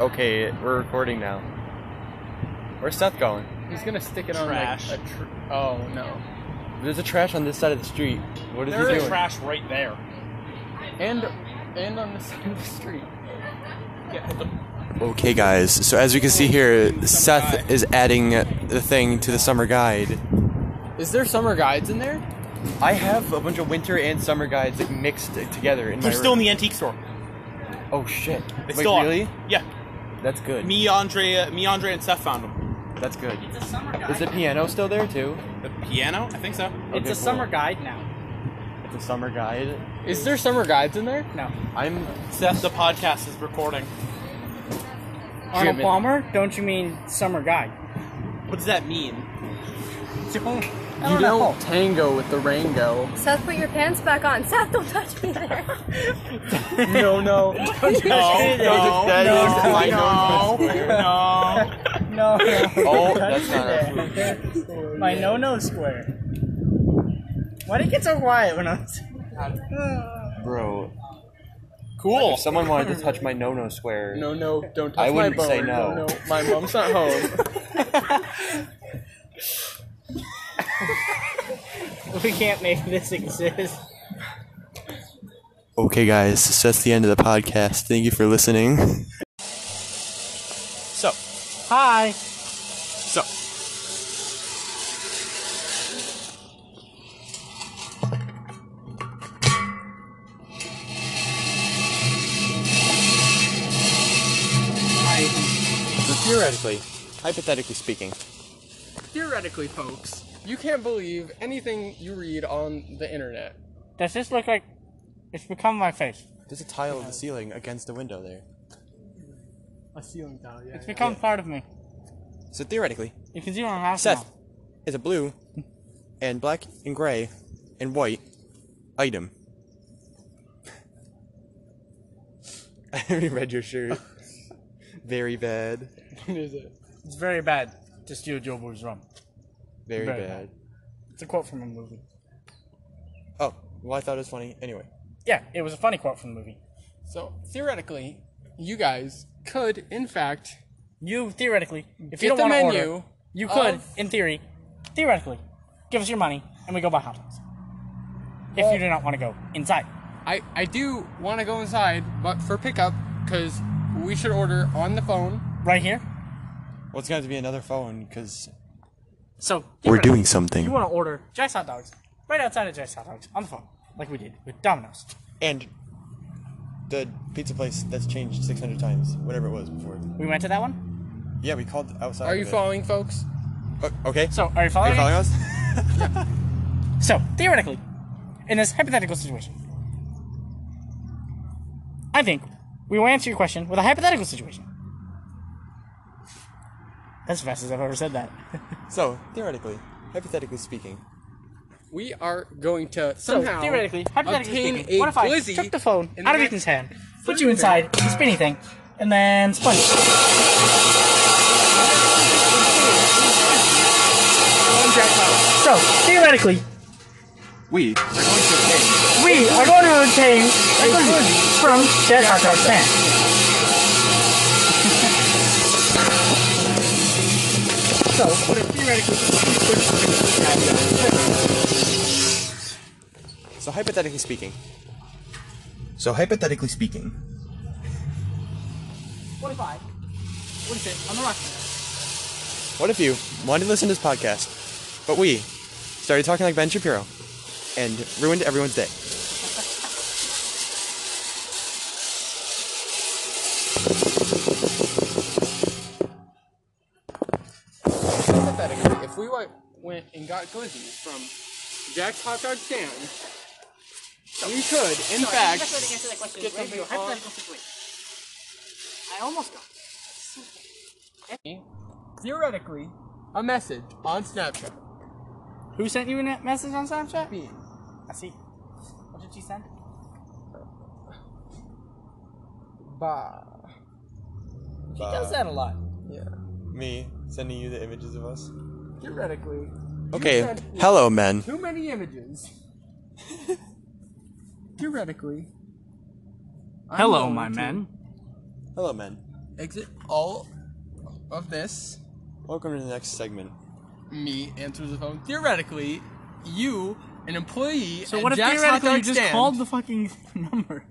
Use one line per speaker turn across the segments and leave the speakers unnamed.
Okay, we're recording now. Where's Seth going?
He's gonna stick it on
Trash.
like a tr- oh no,
There's a trash on this side of the street. What is
There's
he doing?
trash right there.
and and on the side of the street.
Yeah, what the-
Okay, guys. So as you can see here, Seth is adding the thing to the summer guide.
Is there summer guides in there?
I have a bunch of winter and summer guides like, mixed together in my.
They're still in
room.
the antique store.
Oh shit!
It's
Wait,
still on.
really?
Yeah.
That's good.
Me,
uh,
Andre, me, Andre, and Seth found them.
That's good. It's a summer guide. Is the piano still there too?
The piano? I think so.
Okay,
It's
cool.
a summer guide now.
It's a summer guide.
Is there summer guides in there?
No.
I'm.
Seth, the podcast is recording.
Arnold
Jim-
Palmer? Don't you mean summer guide?
What does that mean?
Don't, I
You
don't know.
don't tango with the Rango.
Seth, put your pants back on. Seth, don't touch me there.
no, no.
Oh,
Oh,
No, no,
That
no,
is my
no, no.
No.
Oh, that's not our
My no no square. Why did it get so quiet when I was.
bro.
Cool.
If someone wanted to touch my no-no square,
No, no. Don't touch
I wouldn't
my boner.
say no.
no, no. My mom's not home.
We can't make this exist.
Okay, guys, so that's the end of the podcast. Thank you for listening.
So,
Hi.
so.
So theoretically, hypothetically speaking,
Theoretically, folks, you can't believe anything you read on the internet.
Does this look like. It's become my face.
there's a tile of the ceiling against the window there.
A ceiling tile, yeah.
It's become part of me.
So theoretically,
You can see my mouth
Seth
now.
is a blue and black and gray and white item. I already read your shirt. Very bad.
What is it?
It's very bad to steal Jobur's rum.
Very
Very
bad.
It's a quote from a movie.
Oh, well, I thought it was funny. Anyway,
Yeah, it was a funny quote from the movie.
So, theoretically, you guys could, in fact,
You theoretically, if
Get
you don't
the
want to
menu
order, you could,
of-
in theory, theoretically, give us your money and we go buy hot dogs. If you do not want to go inside,
I, I do want to go inside, but for pickup, because we should order on the phone.
right here.
well, it's going to be another phone because
So
we're
theoretically,
doing
You
something.
want to order Jack's hot dogs right outside of Jack's hot dogs on the phone, like we did with Domino's.
And the pizza place that's changed 600 times, whatever it was before.
We went to that one.
Yeah, we called outside.
Are
of
you
it.
following, folks?
O- okay.
So are you
are
following?
you
me?
following us?
So theoretically, in this hypothetical situation, I think we will answer your question with a hypothetical situation. That's the fastest I've ever said that.
so theoretically, hypothetically speaking,
We are going to
So
somehow
theoretically, hypothetically
obtain
speaking,
a
what if I
glizzy
took the phone
in
out of
the
Ethan's
next-
hand, put
freezer.
you inside the spinny thing, and then spun it? So theoretically,
we are going to pay.
we are going to obtain a glizzy from Jack Hot Dog Stand. So
So hypothetically speaking. So hypothetically speaking.
what if I would sit on the rock?
What if you wanted to listen to this podcast, but we started talking like Ben Shapiro and ruined everyone's day?
hypothetically, if we went, went and got glizzies from Jack's Hot Dog Stand, we could, in fact,
to answer that question.
get
Right
something
here,
on-
hypothetical situation. I almost got. it.
theoretically, a message on Snapchat.
Who sent you a net message on Snapchat?
Me.
I see. What did she send?
Bah.
She does that a lot.
Yeah.
Me sending you the images of us.
Theoretically,
Okay.
sent-
Hello, men.
too many images. theoretically. I'm
Hello,
going
my
to-
men.
Hello, men.
exit all of this.
Welcome to the next segment.
Me answers the phone. Theoretically, you, an employee
So
at
what if
Jack's Hot
theoretically
Dog
you just
Stand-
called the fucking number?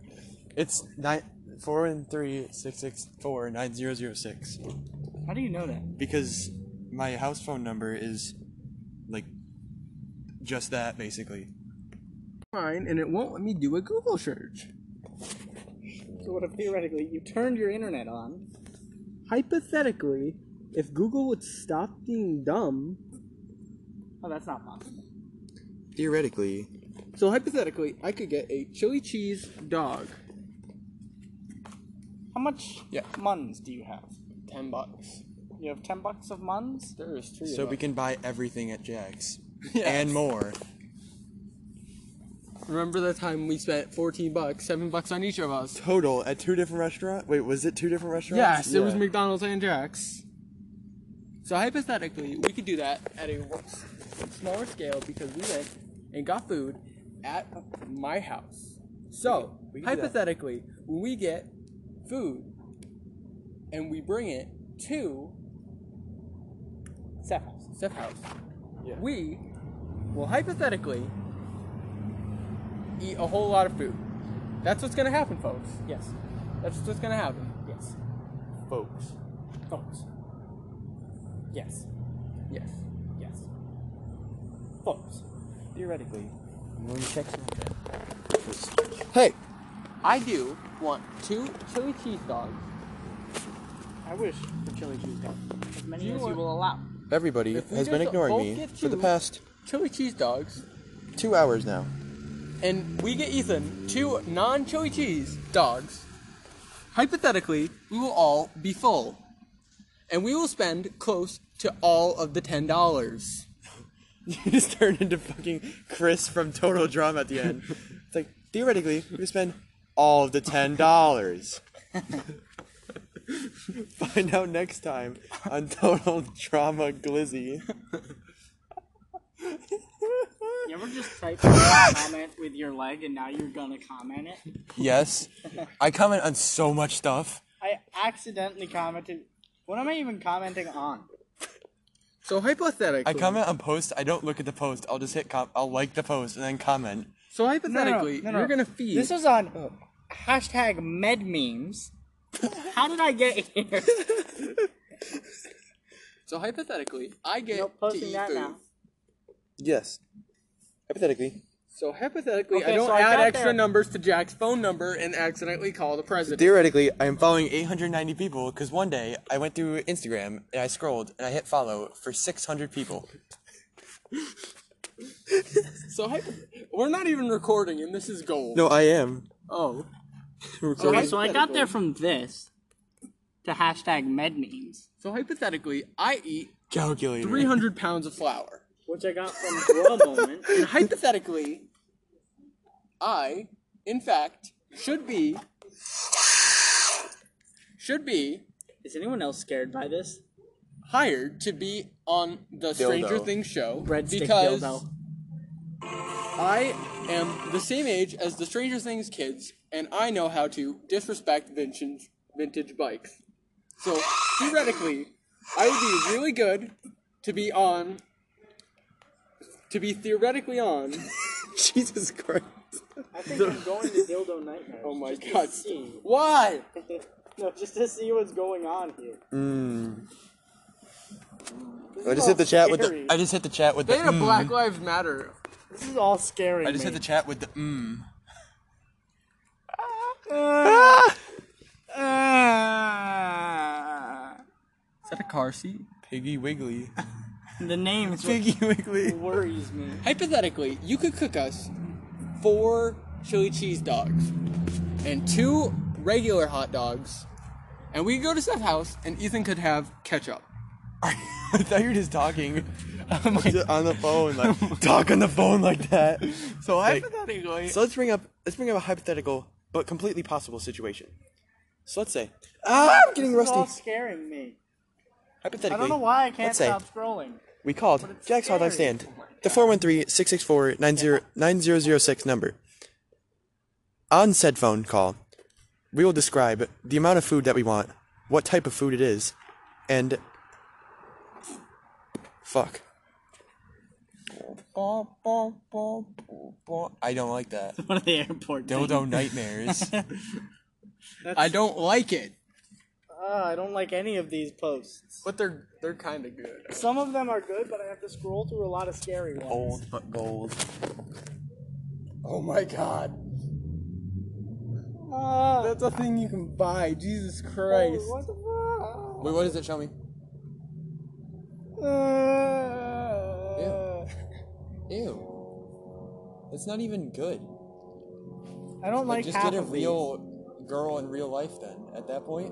It's nine four and three six six four nine zero zero six.
How do you know that?
Because my house phone number is like just that basically.
mine and it won't let me do a Google search.
So what if theoretically you turned your internet on?
Hypothetically, if Google would stop being dumb,
Oh, that's not possible.
Theoretically.
so hypothetically, I could get a chili cheese dog.
How much
Yeah.
muns do you have?
Ten bucks.
You have ten bucks of muns.
There's three.
So we can buy everything at Jack's.
Yes.
And more.
remember the time we spent fourteen bucks, seven bucks on each of us.
Total at two different restaurants. Wait, was it two different restaurants?
Yes, it was
Yeah.
McDonald's and Jack's. So hypothetically, we could do that at a w- smaller scale because we went and got food at my house. So hypothetically, when we get food and we bring it to
Seven.
Steph House, we will hypothetically eat a whole lot of food. That's what's gonna happen, folks.
Yes.
That's what's gonna happen.
Yes.
folks.
Folks. Yes.
Yes.
Yes. Folks.
Theoretically. Hey!
I do want two chili cheese dogs.
I wish the chili cheese dog. As many
You
as
are-
you will allow.
Everybody
If we
has been
just
ignoring
both
me
get
for the
two-
past
Chili cheese dogs.
two hours now.
And we get Ethan two non chili cheese dogs. Hypothetically, we will all be full. And we will spend close to all of the ten dollars.
You just turned into fucking Chris from Total Drama at the end. It's like, theoretically, we spend all of the $10. Find out next time on Total Drama Glizzy.
You ever just type in a comment with your leg and now you're gonna comment it?
Yes, I comment on so much stuff.
I accidentally commented. What am I even commenting on?
So hypothetically
I comment on posts. I don't look at the post. I'll just hit com- I'll like the post and then comment.
So hypothetically,
No, no, no, no.
you're gonna feed
This is on uh, hashtag med memes. How did I get here?
So hypothetically, I get
Nope,
to
posting
eat
that
food.
now.
Yes, hypothetically.
So hypothetically, I
Okay,
don't
so I
add
got
extra
there.
numbers to Jack's phone number and accidentally call the president.
Theoretically, I am following 890 people because one day I went through Instagram and I scrolled and I hit follow for 600 people.
so hypo- we're not even recording, and this is gold.
No, I am.
Oh,
Okay, so I got there from this to hashtag med memes,
so hypothetically, I eat
Calculator.
300 pounds of flour.
which I got from Grow Moment.
And hypothetically, I, in fact, should be should be
Is anyone else scared by this?
hired to be on the Stranger Things show
Breadstick
because
dildo.
I am the same age as the Stranger Things kids, and I know how to disrespect vintage vintage bikes. So theoretically, I would be really good to be on. To be theoretically on.
Jesus Christ.
I think I'm going to Dildo Nightmare.
Oh my god. Why?
no, just to see what's going on here.
I just hit the chat with the.
Scary.
I just hit the chat with the.
They had a
mm.
Black Lives Matter.
This is all scary.
I just hit the chat with the. Mm.
Ah. Ah.
Is that a car seat?
Piggy Wiggly.
the name is what
Piggy Wiggly.
worries me.
Hypothetically, you could cook us four chili cheese dogs and two regular hot dogs, and we could go to Steph's house, and Ethan could have ketchup.
I thought you were just talking. Just on the phone, like talk on the phone like that.
So
Like-
hypothetically,
So let's bring up let's bring up a hypothetical but completely possible situation. So let's say ah, I'm getting
It's all
rusty.
scaring me.
Hypothetically,
I don't know why I can't
let's say
stop scrolling.
we called
it's
Jack's Hot Dog
scary.
Stand, the 413-664-9006 number. On said phone call, we will describe the amount of food that we want, what type of food it is, and fuck. I don't like that.
One of the airport.
Dildo nightmares.
I don't like it,
Ah, I don't like any of these posts.
but they're they're kind of good.
Some of them are good, but I have to scroll through a lot of scary ones.
Old but gold.
Oh my god,
Ah,
that's a thing you can buy. Jesus
oh,
Christ.
what the
Wait, what is it? Show me.
fuck? Ah.
Ew. It's not even good.
I don't like,
Like, just
half
get a
of these.
real girl in real life then. At that point,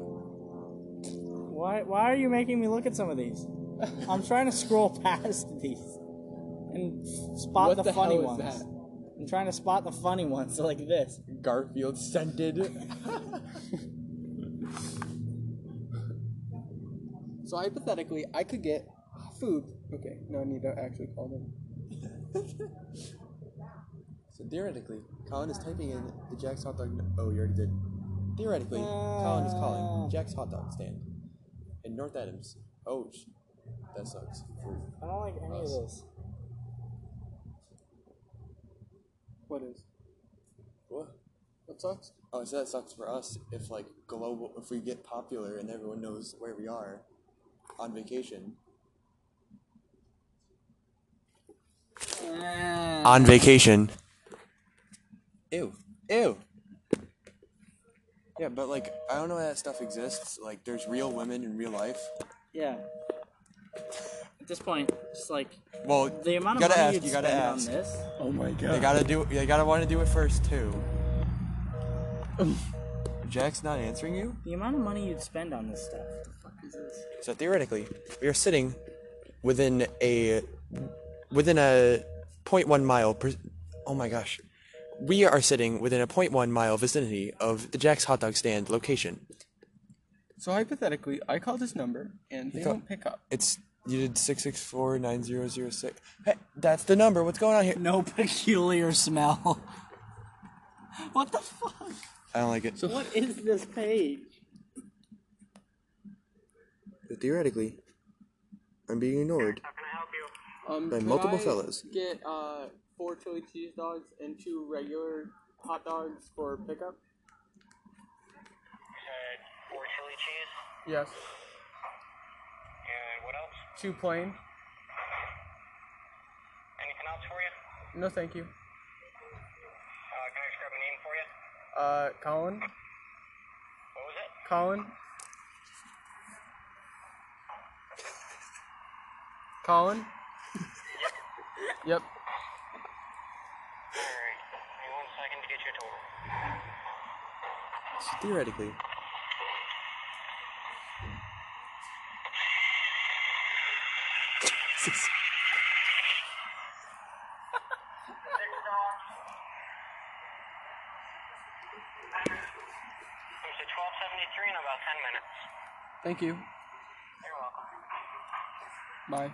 Why, why are you making me look at some of these? I'm trying to scroll past these and spot
what
the,
the,
funny
hell
ones.
is that?
I'm trying to spot the funny ones like this.
Garfield scented. so hypothetically, I could get food. Okay, no need to actually call them. so theoretically, Colin is typing in the Jack's hot dog. Oh, you already did. Theoretically, Colin is
Ah.
calling Jack's hot dog stand in North Adams. Oh, sh- that sucks. Fruit.
I don't like any of this.
What is? What? What sucks? Oh, so that sucks for us if like global if we get popular and everyone knows where we are on vacation.
Ah.
On vacation.
Ew. Ew. Yeah, but like I don't know why that stuff exists. Like there's real women in real life.
Yeah. At this point, just like
Well,
the amount
You
of
gotta
money
ask,
you'd
you gotta
spend
ask.
on this.
Oh my god.
they gotta do. They gotta want to do it first too. Jack's not answering you.
The amount of money you'd spend on this stuff. What the fuck is this?
So theoretically, we are sitting within a within a 0.1 mile. Per, oh my gosh, we are sitting within a 0.1 mile vicinity of the Jack's hot dog stand location.
So hypothetically, I call this number and they
call-
don't pick up.
It's you did six six four nine zero zero six. Hey, that's the number. What's going on here?
No peculiar smell. what the fuck?
I don't like it.
What is this page?
theoretically, I'm being ignored.
Um,
By
could
multiple
I
fellas.
Get uh four chili cheese dogs and two regular hot dogs for pickup.
said Uh, four chili cheese
Yes.
and what else?
Two plain.
Anything else for you?
No, thank you.
Uh, can I just grab a name for you?
Uh, Colin.
What was it?
Colin. Colin. yep.
Alright, give me one second to get you a total.
Theoretically,
Six dogs. It was at 1273 in about 10 minutes.
Thank you.
You're
Bye.
welcome.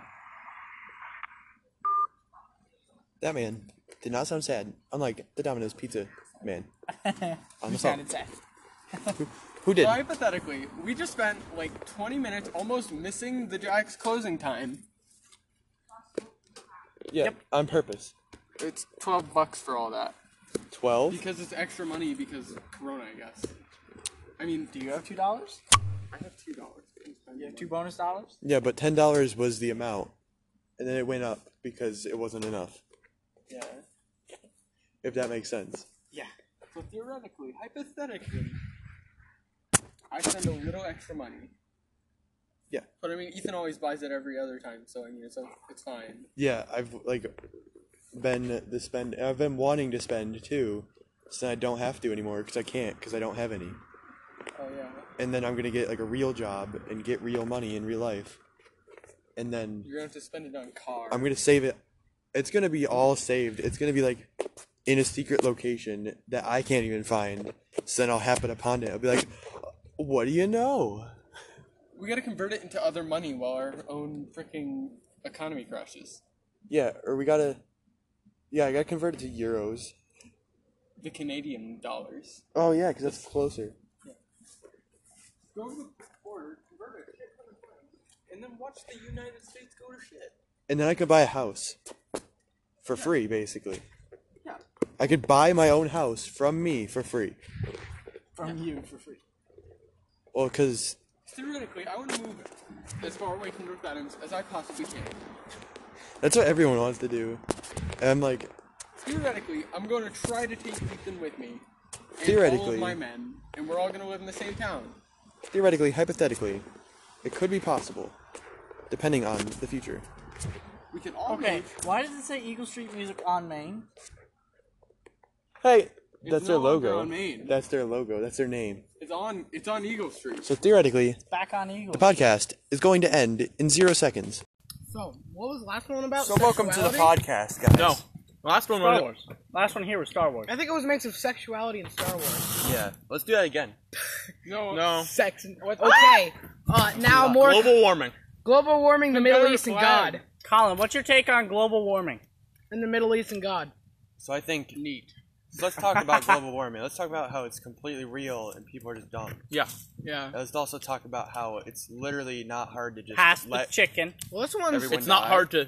that man did not sound sad. Unlike the Domino's pizza man. On the phone.
Sounded sad.
Who did?
So hypothetically, we just spent like 20 minutes almost missing the Jack's closing time.
Yeah, on purpose.
It's 12 bucks for all that.
Twelve.
Because it's extra money because Corona, I guess. I mean, do you have two dollars? I have two dollars. Yeah,
Two bonus dollars.
Yeah, but ten dollars was the amount, and then it went up because it wasn't enough.
Yeah.
If that makes sense.
Yeah. So theoretically, hypothetically, I spend a little extra money.
Yeah.
But I mean, Ethan always buys it every other time, so I mean, it's it's fine.
Yeah, I've like been the spend. I've been wanting to spend too, so I don't have to anymore because I can't because I don't have any.
Oh yeah.
And then I'm gonna get like a real job and get real money in real life, and then
You're gonna have to spend it on car.
I'm gonna save it. It's gonna be all saved. It's gonna be like in a secret location that I can't even find. So then I'll happen upon it. I'll be like, "What do you know?"
we gotta convert it into other money while our own freaking economy crashes.
Yeah, or we gotta. Yeah, I gotta convert it to euros.
The Canadian dollars.
Oh yeah, because that's closer.
Go to the border converted. And then watch the United States go to shit.
And then I could buy a house for free, basically.
Yeah.
I could buy my own house from me for free.
From you for free.
Well, because
Theoretically, I would move as far away from North Adams as I possibly can.
that's what everyone wants to do. And I'm like,
Theoretically, I'm going to try to take Ethan with me. And All
Theoretically.
of my men, and we're all going to live in the same town.
theoretically, hypothetically, it could be possible, depending on the future.
We can all
Okay,
move.
why does it say Eagle Street Music on Maine?
Hey,
It's
that's their
no longer
logo.
on Maine.
That's their logo. That's their name.
It's on. It's on Eagle Street.
So theoretically,
Back on Eagle.
the podcast is going to end in zero seconds.
So, what was the last one about?
So welcome to the
Sexuality?
podcast, guys.
No. Last one
Star Wars. Last one here was Star Wars.
I think it was a mix of sexuality and Star Wars.
Yeah. Let's do that again.
No.
Oh.
No.
Sex and
Ah!
okay. Uh, now more
Global warming.
global warming, the Middle
Confederate
East, and
flag.
God,
Colin, what's your take on global warming?
and the Middle East and God.
So I think neat. Let's talk about global warming. Let's talk about how it's completely real and people are just dumb.
Yeah. Yeah.
Let's also talk about how it's literally not hard to just
Pass the
let
chicken.
Well, this one's
everyone
It's not
die.
hard to.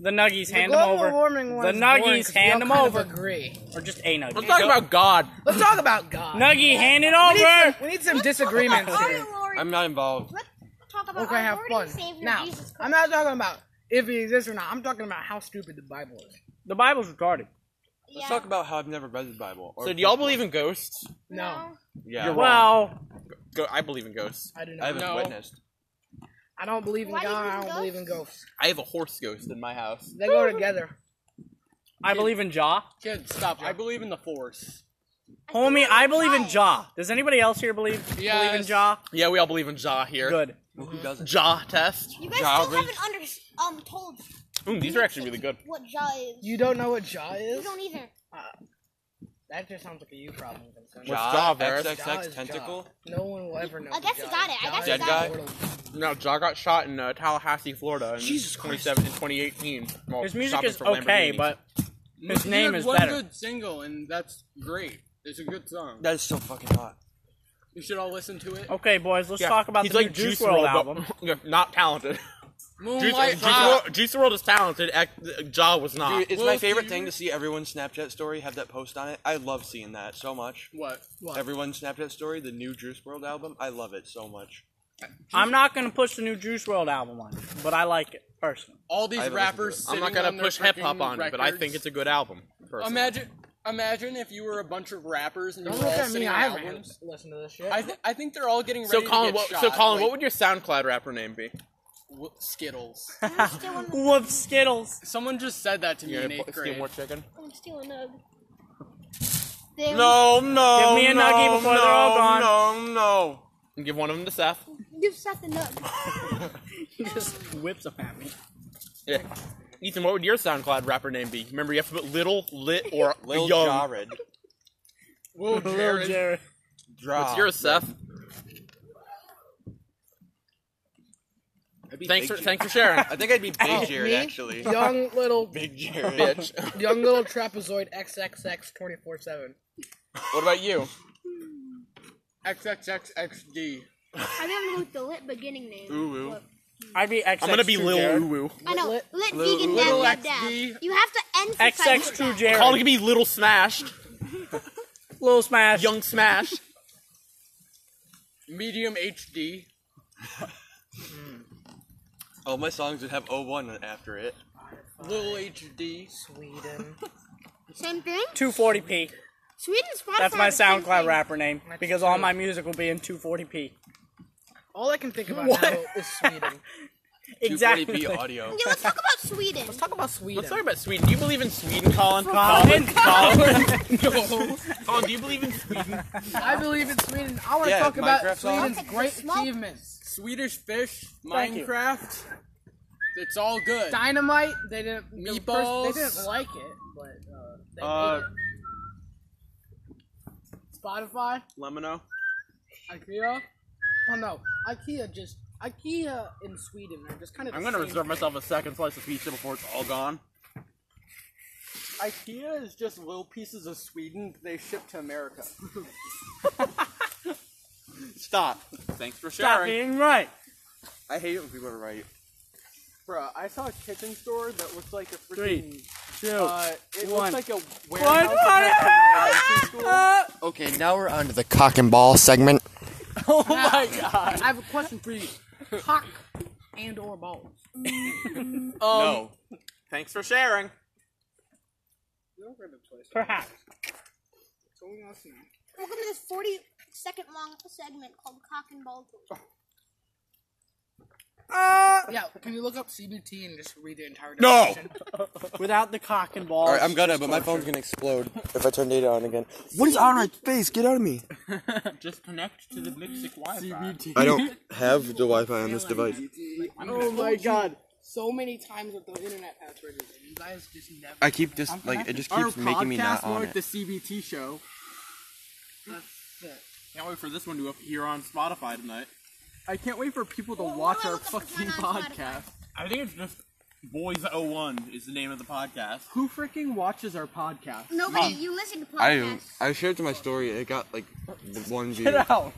The nuggies,
the
hand them
global
over.
warming one.
the
is boring
nuggies,
'cause we all
hand them
kind
over.
Of agree.
Or just a nugget.
Let's talk about Oh, God.
Let's talk about God.
Nuggie, hand it
we, need
over!
some, we need some disagreements
Our
here.
Lord.
I'm not involved.
Let's talk about
Okay,
our
have
Lord
fun.
and Savior
Now,
Jesus Christ.
I'm not talking about if he exists or not. I'm talking about how stupid the Bible is.
The Bible's retarded.
Let's talk about how I've never read the Bible. Or
So do y'all believe in ghosts?
No,
Yeah.
Well,
Go- I believe in ghosts.
I do
I
not.
haven't
No.
witnessed.
I don't believe in
Why do you
God. I
believe in
don't believe in ghosts.
I have a horse ghost in my house.
They go together.
I believe in Jaw.
Kids, stop. I believe in the Force.
Homie, I believe in Jaw. Does anybody else here believe, believe in
Yes.
Jaw?
Yeah, we all believe in Jaw here.
Good.
Well, who doesn't?
Jaw test.
You guys
Jaw
still
reach.
haven't under, um told
Ooh, these are actually really good.
what Jaw is.
You don't know what Jaw is?
You don't either.
That just sounds like a you problem. Concern.
What's
Jaw
Jaw
verse?
Jaw is
XXX
Jaw.
tentacle?
No one will ever know.
I guess
who
you
Jaw
got
is.
it. I guess
Jaw
you
is
got
a
it.
mortal-
No, Jaw got shot in uh, Tallahassee, Florida in 27 in 2018. Well,
His music
shopping
is
for
okay,
Lamborghinis.
but his
He
name
had
is
one
better.
good single, and that's great. It's a good song.
That is so fucking hot.
you should all listen to
Oh,
it.
Okay, boys, let's
Yeah,
talk about
he's
the new
like
Juice
WRLD,
WRLD
but-
album.
yeah, not talented. Juice,
Moonlight
Juice,
High.
WRLD, Juice WRLD is talented. Act- Jaw was not.
Dude, it's
Well,
my
do
favorite
you-
thing to see everyone's Snapchat story have that post on it. I love seeing that so much.
What?
Everyone's Snapchat story, the new Juice World album. I love it so much.
I'm not gonna push the new Juice WRLD album on, you, but I like it personally.
All
I
these
haven't listened to
rappers.
it.
I'm not
sitting
gonna
on their
push hip hop
freaking
on, it, but I
records.
think it's a good album. personally.
Imagine, imagine if you were a bunch of rappers and you
Don't
were
look
all
at me.
sitting
I
on
haven't
albums.
listened to this shit.
I, th- I think they're all getting ready
So Colin,
to
what,
get shot.
so Colin,
like,
what would your SoundCloud rapper name be?
w- Skittles?
I'm stealing.
Whoop Skittles.
Someone just said that to me
You
in
gonna
eighth
put- steal
grade.
more chicken?
I'm stealing a. There
Oh,
No, no.
Oh,
Give me a nuggie
no,
before they're all gone.
No, no.
And give one of them to Seth.
we- Give Seth a nug.
He just whips them at me.
Yeah. Ethan, what would your SoundCloud rapper name be? Remember, you have to put little, lit, or
Lil
young.
Jared.
Whoa,
Little
Jared.
Jared.
Draw.
It's yours, Seth.
I'd be
Thanks for
Big
thanks for sharing,
I think I'd be Big
Oh,
Jared
me?
actually.
young little,
Big Jared.
bitch.
young little trapezoid XXX twenty four seven.
What about you?
XXXXD.
I don't know what the lit beginning name.
Ooh, ooh.
But-
I'd be XX.
I'm gonna be
True
Lil
Jared.
Uwu.
I know. Lit, vegan
little
dad, dad,
XD.
dad. You have to emphasize
XX True
that.
Jared.
Colin could be Little Smashed,
Little Smash.
Young Smash.
Medium HD.
Oh,
All my songs would have 01 after it.
Little HD.
Sweden.
Same thing.
240p.
Sweden Spotify.
That's my
is the same
SoundCloud
thing.
rapper name
That's
because all
true.
my music will be in 240p.
All I can think about
What?
now is Sweden.
Exactly.
240p audio.
Okay, let's talk about Sweden.
Talk about Sweden.
Let's talk about Sweden. Do you believe in Sweden, Colin?
Colin, Colin.
No. Colin, do you believe in Sweden?
I believe in Sweden. I want to
Yeah,
talk about
Minecraft's
Sweden's
awesome.
great
Small-
achievements.
Swedish Fish.
Thank you.
Minecraft. It's all good.
Dynamite. They didn't. the first-
Meatballs.
They didn't like it, but uh, they
Uh,
ate it. Spotify.
Lemino.
IKEA. Oh no, IKEA just IKEA in Sweden are just kind of.
I'm
the
gonna
same
reserve
thing.
myself a second slice of pizza before it's all gone.
IKEA is just little pieces of Sweden they ship to America.
Stop.
Thanks for
Stop
sharing.
being right.
I hate it when people are right.
Bruh, I saw a chicken store that looks like a freaking.
Three, two,
uh, it
one.
looks like a warehouse. attached to an elementary school.
Okay, now we're on to the cock and ball segment.
Oh my god.
I have a question for you. Cock and or balls.
no. Thanks for sharing.
Perhaps.
Welcome to this 40 second long segment called Cock and Ball Tour.
Yeah, can you look up CBT and just read the entire
Uh, No!
definition?
Without the cock and balls.
All right, I'm gonna, but my phone's gonna explode if I turn data on again. What is on my face? Get out of me!
Just connect to the Mixic Wi-Fi.
I don't have the Wi-Fi on this device.
Oh my god. So many times with the internet passwords, and you guys just never.
I keep just like it just keeps making me not on it.
the CBT show.
Can't wait for this one to appear on Spotify tonight.
I can't wait for people to watch our
we'll look up the
fucking
time on
podcast.
I think it's just Boys 01 is the name of the podcast.
Who freaking watches our podcast?
Nobody, you listen to podcasts.
I I shared to my story. It got like the one view.
out.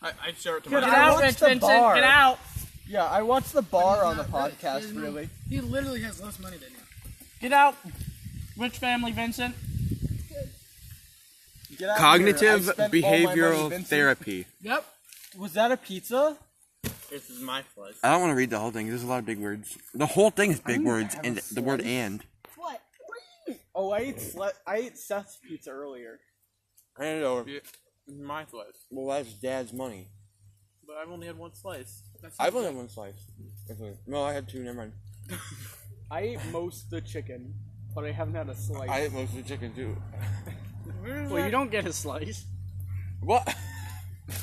I, I'd share it to my
Get out,
watched
Rich
the
Vincent.
bar.
Get out.
Yeah, I watched the bar on the
Not really. He
podcast,
doesn't-
really.
He literally has less money than you.
Get out. Rich family, Vincent.
Get out of here.
Cognitive
I spent all my money,
behavioral
Vincent.
therapy.
Yep.
Was that a pizza?
This is my place.
I don't want to read the whole thing. There's a lot of big words. The whole thing is big words, and the word and.
What?
Oh, I ate sle- I ate Seth's pizza earlier.
Hand it over.
This is my place.
Well, that's Dad's money.
But I've only had one slice.
I've only had one slice. Okay. No, I had two. Never mind.
I ate most the chicken, but I haven't had a slice.
I ate most of the chicken too.
Well, you don't get a slice.
What?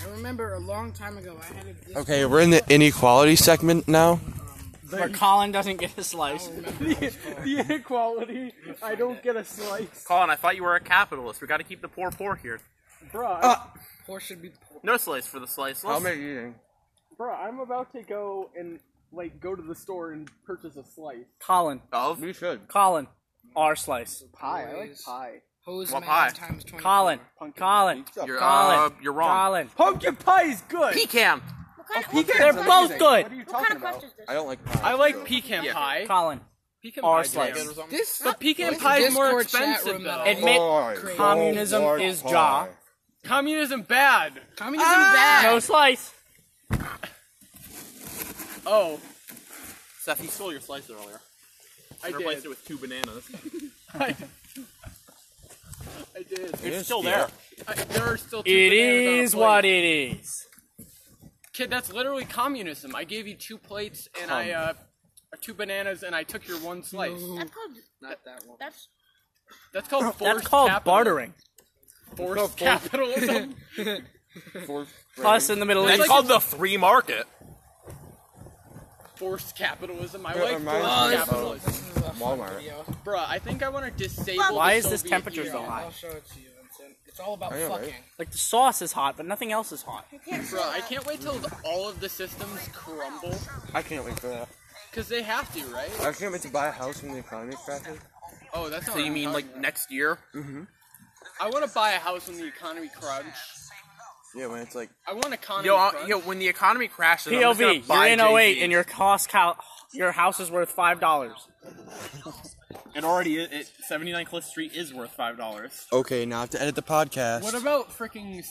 I remember a long time ago, I had a dis-
Okay, we're in the inequality segment now.
Where Colin doesn't get a slice.
the inequality. I don't get a slice,
Colin, I thought you were a capitalist. We got to keep the poor poor here.
bruh.
Poor should be poor.
No slice for the sliceless.
eating.
bruh, I'm about to go and like go to the store and purchase a slice.
Colin.
of?
We should.
Colin. Our slice.
Pie. I like pie.
Hose
What
man
pie?
times 20.
Colin. Colin.
You're, uh,
Colin.
you're wrong.
Colin.
Pumpkin pie is good.
Pecan.
What kind, of, what,
Pecan's
They're
amazing. What
both
are
good.
you
what kind
talking
of
about?
question is this?
I don't like pie.
I like pecan pie.
Colin.
Pecan
Our
pie
slice.
jam.
This
But pecan pie is more expensive though.
Admit Oh, communism is jaw.
Communism bad.
Communism
Ah!
bad.
No slice.
Oh,
Seth, you stole your slice earlier.
I
Replaced
did.
it with two bananas.
I did.
It's still there.
I, there are still two
It
bananas on a
is
plate.
what it is.
Kid, that's literally communism. I gave you two plates and I uh two bananas and I took your one slice.
That's called.
Not that one.
That's.
That's called forced
That's called
capital-
bartering.
Forced capitalism.
Plus, in the Middle
That's
East,
called the free market.
forced capitalism. I
It
like
reminds
forced
me of-
capitalism.
Walmart.
Bruh, I think I want to disable.
why
the
is this
Soviet
temperature
Union.
so high?
I'll show it to you, Vincent. It's all about
I know, right?
fucking.
Like the sauce is hot, but nothing else is hot.
You can't say
Bruh, I
that.
can't wait till all of the systems crumble.
I can't wait for that.
Cause they have to, right?
I can't wait to buy a house when the economy crashes.
Oh, that's
So
not. what
you
I'm
mean
talking
like next year?
about. I want to buy a house when the economy crunch.
Yeah, when it's like
I want economy
Yo, I,
crunch.
yo, when the economy crashes, I'm just gonna
POV, you're
buy
in 08
Jay-Z.
and your cost cow- your house is worth five dollars.
It already is. It, 79 Cliff Street is worth five dollars.
okay, now I have to edit the podcast.
What about freaking